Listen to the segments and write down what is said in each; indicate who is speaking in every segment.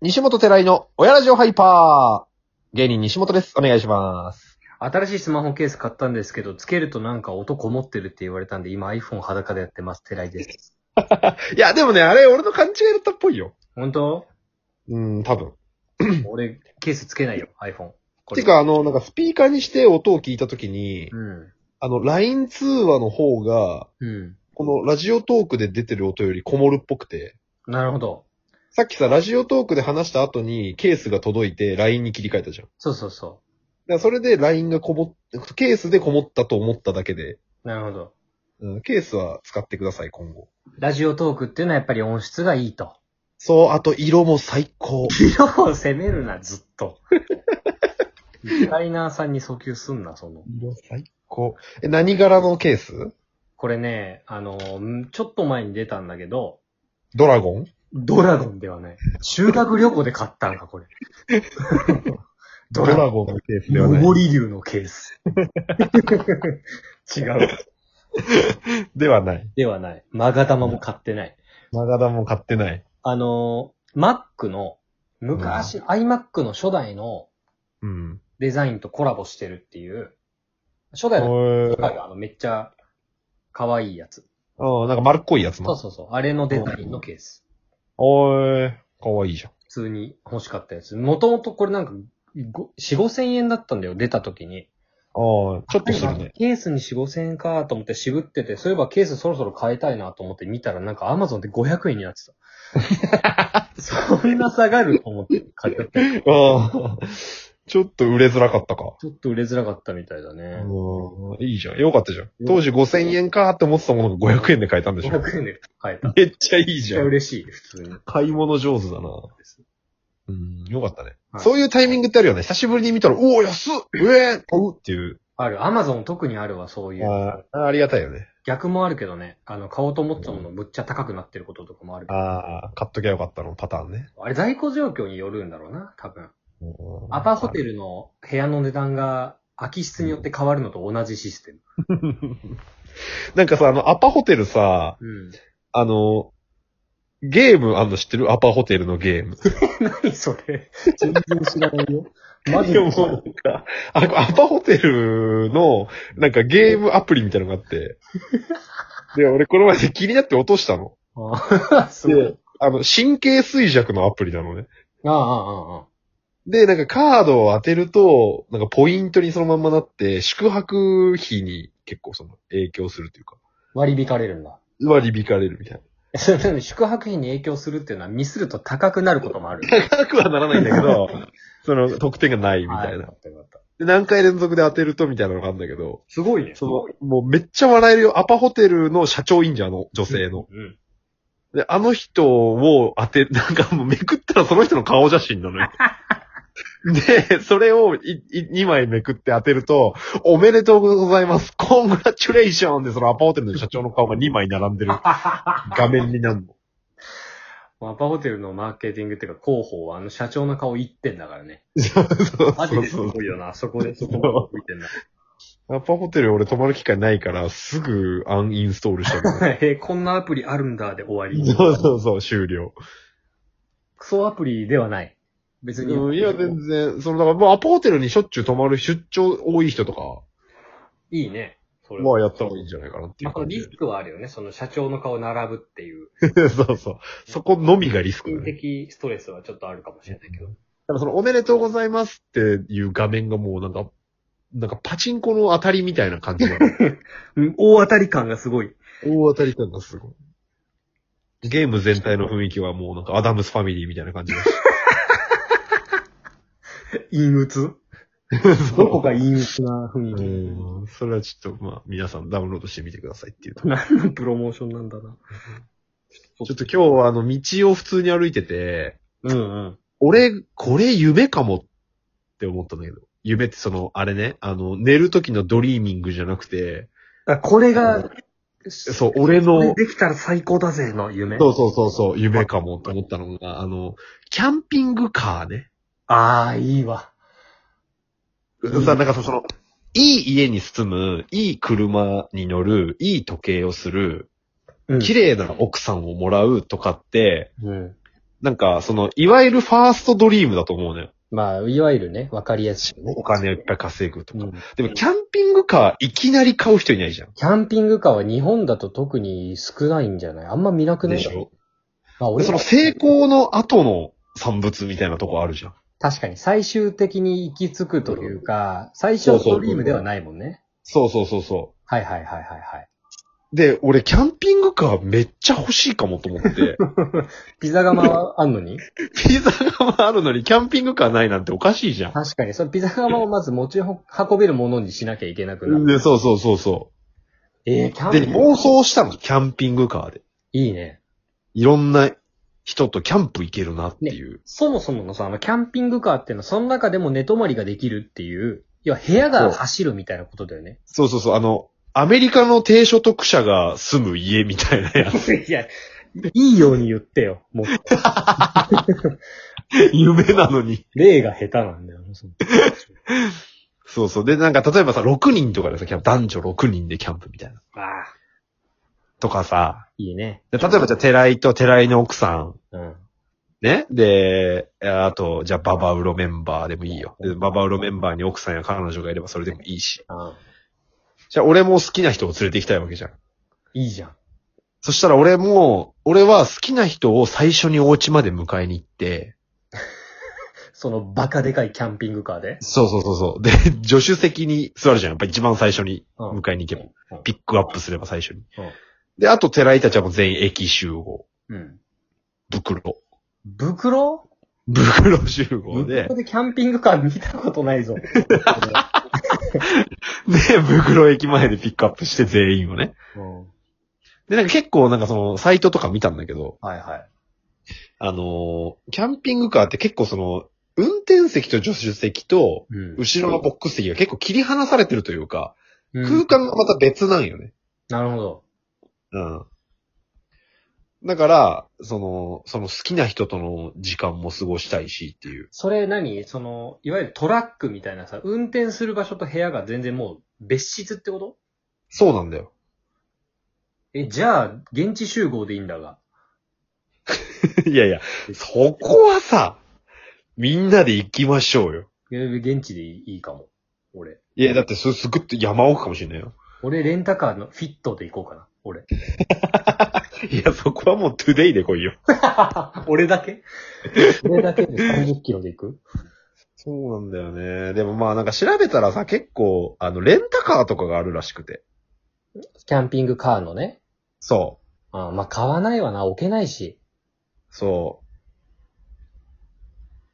Speaker 1: 西本寺井の親ラジオハイパー。芸人西本です。お願いします。
Speaker 2: 新しいスマホケース買ったんですけど、つけるとなんか音こもってるって言われたんで、今 iPhone 裸でやってます。寺井です。
Speaker 1: いや、でもね、あれ、俺の勘違いだったっぽいよ。
Speaker 2: 本当
Speaker 1: うん、多分。
Speaker 2: 俺、ケースつけないよ、iPhone。こ
Speaker 1: てか、あの、なんかスピーカーにして音を聞いたときに、
Speaker 2: うん。
Speaker 1: あの、LINE 通話の方が、
Speaker 2: う
Speaker 1: このラジオトークで出てる音よりこもるっぽくて、
Speaker 2: ん。なるほど。
Speaker 1: さっきさ、ラジオトークで話した後にケースが届いて LINE に切り替えたじゃん。だか
Speaker 2: そうそうそ
Speaker 1: らそれで LINE がこもっ、ケースでこもったと思っただけで、
Speaker 2: う。なるほど。
Speaker 1: うん、ケースは使ってください、今後。
Speaker 2: ラジオトークっていうのはやっぱり音質がいいと。
Speaker 1: そう、あと色も最高。
Speaker 2: 色を責めるな、ずっ と。デザイナーさんに訴求すんな、その。
Speaker 1: 色最高。え、何柄のケース
Speaker 2: これね、あの、んちょっと前に出たんだけど、
Speaker 1: ドラゴン
Speaker 2: ドラゴンではない。修学旅行で買ったんか、これ。ドラゴン。
Speaker 1: ゴンのケース
Speaker 2: 上。り竜のケース。違う。
Speaker 1: ではない。
Speaker 2: ではない。マガ玉も買ってない。
Speaker 1: マガダも買ってない。
Speaker 2: あのー、Mac の、昔、iMac の初代の
Speaker 1: うん。
Speaker 2: デザインとコラボしてるっていう、初代の
Speaker 1: お
Speaker 2: 初代があのめっちゃ可愛いやつ。
Speaker 1: あなんか丸っこいやつ
Speaker 2: そう
Speaker 1: な。
Speaker 2: そうそう。あれのデザインのケース。
Speaker 1: おー、かわいいじゃん。
Speaker 2: 普通に欲しかったやつ。もともとこれなんか、ご4、5千円だったんだよ、出た時に。
Speaker 1: ああ、ちょっとするね。
Speaker 2: ケースに4、5千円かと思って渋ってて、そういえばケースそろそろ買いたいなと思って見たらなんかアマゾンで500円になって た。そんな下がると思って買っちゃった。ち
Speaker 1: ああ、ちょっと売れづらかったか。
Speaker 2: ょっと売れづらかったみたいだね。
Speaker 1: うん、いいじゃん。よかったじゃん。当時5000円かーって思ってたものが500円で買えたんでしょ。
Speaker 2: 500円で買えた。めっ
Speaker 1: めっちゃいいじ
Speaker 2: ち
Speaker 1: ゃ
Speaker 2: ゃ
Speaker 1: ん。
Speaker 2: 嬉しい、普通に。
Speaker 1: 買い物上手だな。うん、よかったね。
Speaker 2: はい
Speaker 1: そういうタイミングってあるよね。久しぶりに見たら、おお、安っうえー買うっていう。
Speaker 2: ある。アマゾン特にあるわ、そういう。
Speaker 1: ああ、ありがたいよね。
Speaker 2: 逆もあるけどね。あの、買おうと思ってたものむっちゃ高くなってることとかもあるけど。
Speaker 1: ああ、買っときゃよかったの、パターンね。
Speaker 2: あれ、在庫状況によるんだろうな、多分。
Speaker 1: うん
Speaker 2: アパホテルの部屋の値段が空き室によって変わるのと同じシステム。
Speaker 1: なんかさ、あの、アパホテルさ、
Speaker 2: うん。
Speaker 1: あの、ゲームあんの知ってるアパホテルのゲーム。
Speaker 2: 何 それ。全然知らないよ。マジで
Speaker 1: いやもうなんかあこれアパホテルの、なんかゲームアプリみたいなのがあ って。で、俺この前気になって落としたの。
Speaker 2: あすごい。
Speaker 1: で、あの、神経衰弱のアプリなのね。
Speaker 2: ああ、ああ、あ
Speaker 1: で、なんかカードを当てると、なんかポイントにそのまんまなって、宿泊費に結構その影響するというか、
Speaker 2: 割り引かれるんだ。
Speaker 1: 割り引かれるみたいな。
Speaker 2: それなのに宿泊費に影響するっていうのはミスると高くなることもある。
Speaker 1: 高くはならないんだけど、 その得点がないみたい
Speaker 2: あよ
Speaker 1: な
Speaker 2: か。ったよかった
Speaker 1: で、何回連続で当てるとみたいなのがあるんだけど、
Speaker 2: すごいね。
Speaker 1: その、もうめっちゃ笑えるよ。アパホテルの社長いんじゃん、あの女性の。
Speaker 2: うん。
Speaker 1: で、あの人を当て、なんかもうめくったらその人の顔写真なの よ。で、それを2枚めくって当てると、おめでとうございます。コングラチュレーションでそのアパホテルの社長の顔が2枚並んで る画面になるの。
Speaker 2: アパホテルのマーケティングっていうか広報はあの社長の顔言ってんだからね。
Speaker 1: そう
Speaker 2: マジ
Speaker 1: そう
Speaker 2: で
Speaker 1: そ
Speaker 2: す
Speaker 1: う
Speaker 2: ごいよな。あそこでそこまで見てんだ。
Speaker 1: アパホテル俺泊まる機会ないから、すぐアンインストールしたけど。
Speaker 2: えー、こんなアプリあるんだで終わり。
Speaker 1: そうそうそう、終了。
Speaker 2: クソアプリではない。別に。
Speaker 1: いや、全然、その、だから、もうアパホテルにしょっちゅう泊まる出張多い人とか、
Speaker 2: いいね。それは
Speaker 1: まあやった方がいいんじゃないかなっていう
Speaker 2: まあ、この
Speaker 1: 感じ
Speaker 2: リスクはあるよね。その社長の顔並ぶっていう、
Speaker 1: で。そうそう。そこのみがリスクだ
Speaker 2: 心
Speaker 1: ね。
Speaker 2: 的ストレスはちょっとあるかもしれないけど。
Speaker 1: だからその、おめでとうございますっていう画面がもうなんか、なんかパチンコの当たりみたいな感じ なの
Speaker 2: うん、大当たり感がすごい。
Speaker 1: 大当たり感がすごい。ゲーム全体の雰囲気はもうなんかアダムスファミリーみたいな感じだし
Speaker 2: 陰鬱
Speaker 1: そう
Speaker 2: どこか陰鬱な雰囲気。
Speaker 1: うんそれはちょっと、まあ、皆さんダウンロードしてみてくださいっていうと。
Speaker 2: 何のプロモーションなんだな。
Speaker 1: ちょっと今日はあの、道を普通に歩いてて、
Speaker 2: うんうん。
Speaker 1: 俺、これ夢かもって思ったんだけど。夢ってその、あれね、あの、寝る時のドリーミングじゃなくて、
Speaker 2: あこれ
Speaker 1: う
Speaker 2: が、
Speaker 1: そう、俺の
Speaker 2: これ、できたら最高だぜの夢。
Speaker 1: そうそうそう、そう夢かもと思ったのが、あの、キャンピングカーね。
Speaker 2: ああ、いいわ。うん
Speaker 1: さ、なんかさその、いい家に住む、いい車に乗る、いい時計をする、
Speaker 2: うん
Speaker 1: 綺麗な奥さんをもらうとかって、
Speaker 2: うん。
Speaker 1: なんか、その、いわゆるファーストドリームだと思うのよ。
Speaker 2: まあ、いわゆるね、わかりやすい、ね。
Speaker 1: お金をいっぱい稼ぐとか。
Speaker 2: うん
Speaker 1: でも、キャンピングカーいきなり買う人いないじゃん。
Speaker 2: キャンピングカーは日本だと特に少ないんじゃないあんま見なくない
Speaker 1: でしょ
Speaker 2: まあ、
Speaker 1: で
Speaker 2: 俺
Speaker 1: そ
Speaker 2: ら
Speaker 1: の成功の後の産物みたいなとこあるじゃん。
Speaker 2: 確かに最終的に行き着くというか、最初のドリームではないもんね。
Speaker 1: そうそうそうそ
Speaker 2: はいはいはいはいはい。
Speaker 1: う。で、俺、キャンピングカーめっちゃ欲しいかもと思 って、
Speaker 2: ピザ窯はあん のに
Speaker 1: ピザ窯あるのにキャンピングカーないなんておかしいじゃん。
Speaker 2: 確かに、そのピザ窯をまず持ち運べるものにしなきゃいけなくなる。
Speaker 1: で、そうそうそうそ
Speaker 2: えー、キャ
Speaker 1: う。
Speaker 2: ンピ
Speaker 1: で、
Speaker 2: ング
Speaker 1: 妄想したの、キャンピングカーで。
Speaker 2: いいね。
Speaker 1: いろんな人とキャンプ行けるなっていう。
Speaker 2: そもそものさ、あの、キャンピングカーっていうのは、その中でも寝泊まりができるっていう、要は部屋が走るみたいなことだよね。
Speaker 1: そうそうそう、あの、アメリカの低所得者が住む家みたいな やつ。
Speaker 2: いや、いいように言ってよ。もう、
Speaker 1: 夢なのに。
Speaker 2: 例が下手なんだよね。その
Speaker 1: そうそう。で、なんか、例えばさ、6人とかでさ、キャンプ男女6人でキャンプみたいな。
Speaker 2: ああ、
Speaker 1: とかさ、
Speaker 2: いいね。
Speaker 1: で例えばじゃあ、寺井と寺井の奥さん、
Speaker 2: うん。
Speaker 1: ね。で、あと、じゃあ、ババウロメンバーでもいいよ。でババウロメンバーに奥さんや彼女がいればそれでもいいし。
Speaker 2: ああ
Speaker 1: じゃあ、俺も好きな人を連れて行きたいわけじゃん。
Speaker 2: いいじゃん。
Speaker 1: そしたら俺も、俺は好きな人を最初にお家まで迎えに行って、
Speaker 2: そのバカでかいキャンピングカーで。
Speaker 1: そうそうそうそう。で、 助手席に座るじゃん。やっぱ一番最初に
Speaker 2: うん
Speaker 1: 迎えに行けば。
Speaker 2: うん
Speaker 1: ピックアップすれば最初に
Speaker 2: うん。
Speaker 1: で、あと、寺井たちはもう全員駅集合。
Speaker 2: うん。
Speaker 1: 袋。
Speaker 2: 袋
Speaker 1: 袋集合で
Speaker 2: 袋、でキャンピングカー 見たことないぞ。
Speaker 1: で、袋駅前でピックアップして全員をね。
Speaker 2: うん。
Speaker 1: で、なんか結構なんかその、サイトとか見たんだけど、
Speaker 2: はいはい。
Speaker 1: あのーキャンピングカーって結構その、運転席と助手席と、
Speaker 2: うん
Speaker 1: 後ろのボックス席が結構切り離されてるというか、
Speaker 2: う
Speaker 1: 空
Speaker 2: ん、
Speaker 1: 間がまた別なんよね。
Speaker 2: なるほど。
Speaker 1: うん。だから、その、その好きな人との時間も過ごしたいしっていう。
Speaker 2: それ何その、いわゆるトラックみたいなさ、運転する場所と部屋が全然もう別室ってこと
Speaker 1: そうなんだよ。
Speaker 2: え、じゃあ、現地集合でいいんだが。
Speaker 1: いやいや、そこはさ、みんなで行きましょうよ。
Speaker 2: いや現地でいいかも。俺。
Speaker 1: いや、だってす、すぐって山奥かもしれないよ。
Speaker 2: 俺、レンタカーのフィットで行こうかな。俺。
Speaker 1: いや、そこはもうトゥデイで来いよ。
Speaker 2: 俺だけ俺だけで30キロで行く
Speaker 1: そうなんだよね。でもまあなんか調べたらさ、結構、あの、レンタカーとかがあるらしくて。
Speaker 2: キャンピングカーのね。
Speaker 1: そ
Speaker 2: あまあ、買わないわな。置けないし。
Speaker 1: う。そ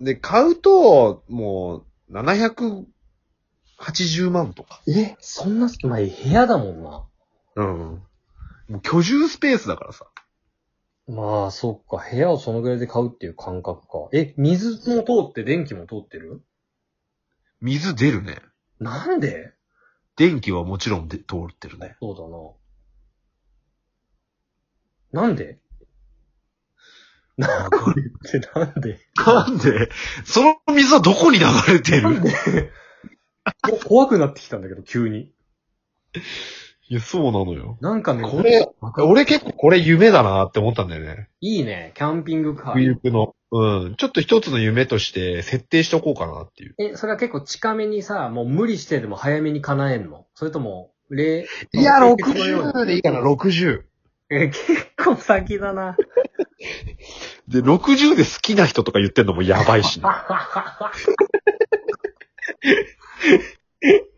Speaker 1: う。で、買うと、もう、780万とか。
Speaker 2: えそんな、まあ、部屋だもんな。
Speaker 1: うん。もう居住スペースだからさ。
Speaker 2: まあ、そっか。部屋をそのぐらいで買うっていう感覚か。え、水も通って電気も通ってる
Speaker 1: 水出るね。
Speaker 2: なんで
Speaker 1: 電気はもちろんで通ってるね。
Speaker 2: そうだな。なんでなんでなんで
Speaker 1: なんで、その水はどこに流れて
Speaker 2: なん
Speaker 1: る
Speaker 2: でいや 怖くなってきたんだけど、急に。
Speaker 1: いや、そうなのよ。
Speaker 2: なんかね、
Speaker 1: これ、俺結構これ夢だなって思ったんだよね。
Speaker 2: いいね。キャンピングカ
Speaker 1: 冬
Speaker 2: ー。
Speaker 1: 服の。うん。ちょっと一つの夢として設定しておこうかなっていう。
Speaker 2: え、それは結構近めにさ、もう無理してでも早めに叶えんのそれとも、れ
Speaker 1: いや、
Speaker 2: このように
Speaker 1: 60でいいかな、60。
Speaker 2: え、結構先だ な。
Speaker 1: で、60で好きな人とか言ってんのもやばいし ね、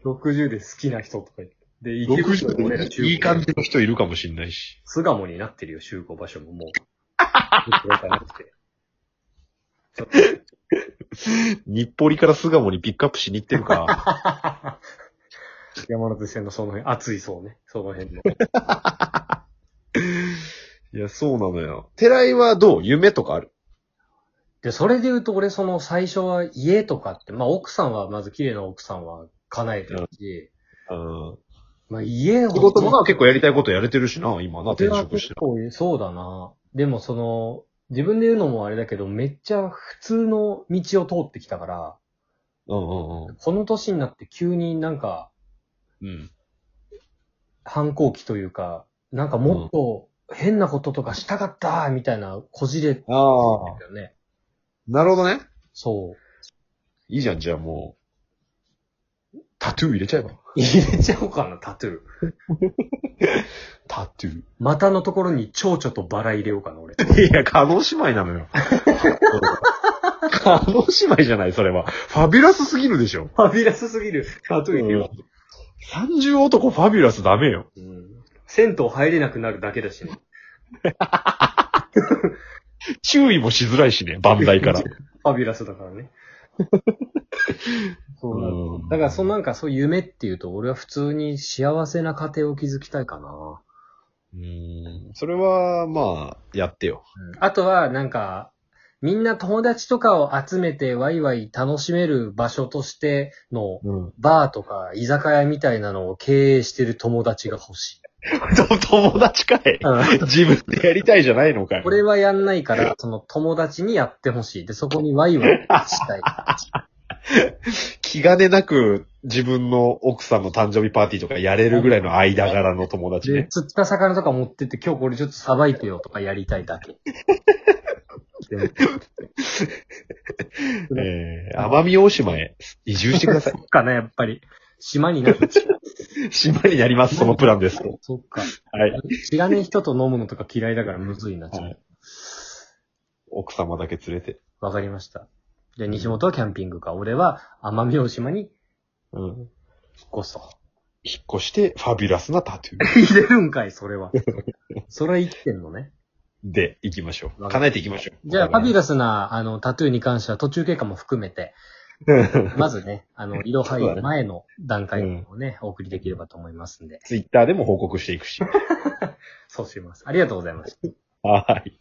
Speaker 2: 60で好きな人とか言って。で、池袋の俺ら
Speaker 1: 60
Speaker 2: 中
Speaker 1: でいい感
Speaker 2: じ。
Speaker 1: じの人いるかもしんないし。
Speaker 2: 巣鴨になってるよ、集合場所 ももう。これじゃなくて
Speaker 1: 日暮里から巣鴨にピックアップしに行ってる か。
Speaker 2: 山手線のその辺、暑いそうね。その辺の。
Speaker 1: いや、そうなのよ。寺井はどう夢とかある
Speaker 2: で、それで言うと俺その最初は家とかって、まあ奥さんは、まず綺麗な奥さんは叶えてるし、
Speaker 1: うん。
Speaker 2: まあ家を。
Speaker 1: 仕事もな、結構やりたいことやれてるしな、今な、転職して
Speaker 2: 結。構そうだな。でもその、自分で言うのもあれだけど、めっちゃ普通の道を通ってきたから、
Speaker 1: うんうんうん
Speaker 2: この年になって急になんか、。
Speaker 1: うん。
Speaker 2: 反抗期というか、なんかもっと、変なこととかしたかったみたいな、こじれて
Speaker 1: ああ。
Speaker 2: たよね。
Speaker 1: なるほどね。
Speaker 2: そう。
Speaker 1: いいじゃん、じゃあもう。タトゥー入れちゃえば。
Speaker 2: 入れちゃおうかな、タトゥー。
Speaker 1: タトゥ
Speaker 2: 股のところに蝶々とバラ入れようかな、俺。
Speaker 1: ー。いや、カノ姉妹なのよ。カノ姉妹じゃない、それは。ファビュラスすぎるでしょ。
Speaker 2: ファビュラスすぎるタトゥー入れよ
Speaker 1: 30男ファビュラスダメよ。
Speaker 2: う。うん銭湯入れなくなるだけだしね。
Speaker 1: 注意もしづらいしね、万代から。
Speaker 2: ファビュラスだからね。そうなの
Speaker 1: うん
Speaker 2: だから、そのなんか、そういう夢っていうと、俺は普通に幸せな家庭を築きたいかな。
Speaker 1: うん。それは、まあ、やってよ。
Speaker 2: あとは、なんか、みんな友達とかを集めてワイワイ楽しめる場所としての
Speaker 1: うん。
Speaker 2: バーとか居酒屋みたいなのを経営してる友達が欲しい。
Speaker 1: 友達かい。自分でやりたいじゃないのかい。
Speaker 2: 俺はやんないから、その友達にやってほしい。で、そこにワイワイしたい。
Speaker 1: 気兼ねなく自分の奥さんの誕生日パーティーとかやれるぐらいの間柄の友達ね。
Speaker 2: 釣った魚とか持ってって、今日これちょっとさばいてよとかやりたいだけ。うん
Speaker 1: えー、奄美大島へ移住してください
Speaker 2: そ。っかな、やっぱり。島になる。
Speaker 1: 島になります、そのプランですと。
Speaker 2: そっか。
Speaker 1: はい。
Speaker 2: 知らねえ人と飲むのとか嫌いだからむずいな、ちょっと
Speaker 1: はい奥様だけ連れて。
Speaker 2: わかりました。じゃあ、西本はキャンピングか。俺は、奄美大島に
Speaker 1: うん。
Speaker 2: 引っ越すと。
Speaker 1: 引っ越して、ファビュラスなタトゥー
Speaker 2: 入れるんかい、そ れは。それは生きてんのね。
Speaker 1: で行きましょう。叶えていきましょう。
Speaker 2: じゃあ、ファビュ
Speaker 1: ラ
Speaker 2: ラスな、あの、タトゥーに関しては途中経過も含めて、
Speaker 1: ス。
Speaker 2: まずね、あの、色入る前の段階
Speaker 1: うん
Speaker 2: をね、お送りできればと思いますんで。
Speaker 1: ツイッターでも報告していくし。
Speaker 2: そうします。ありがとうございました。
Speaker 1: はい。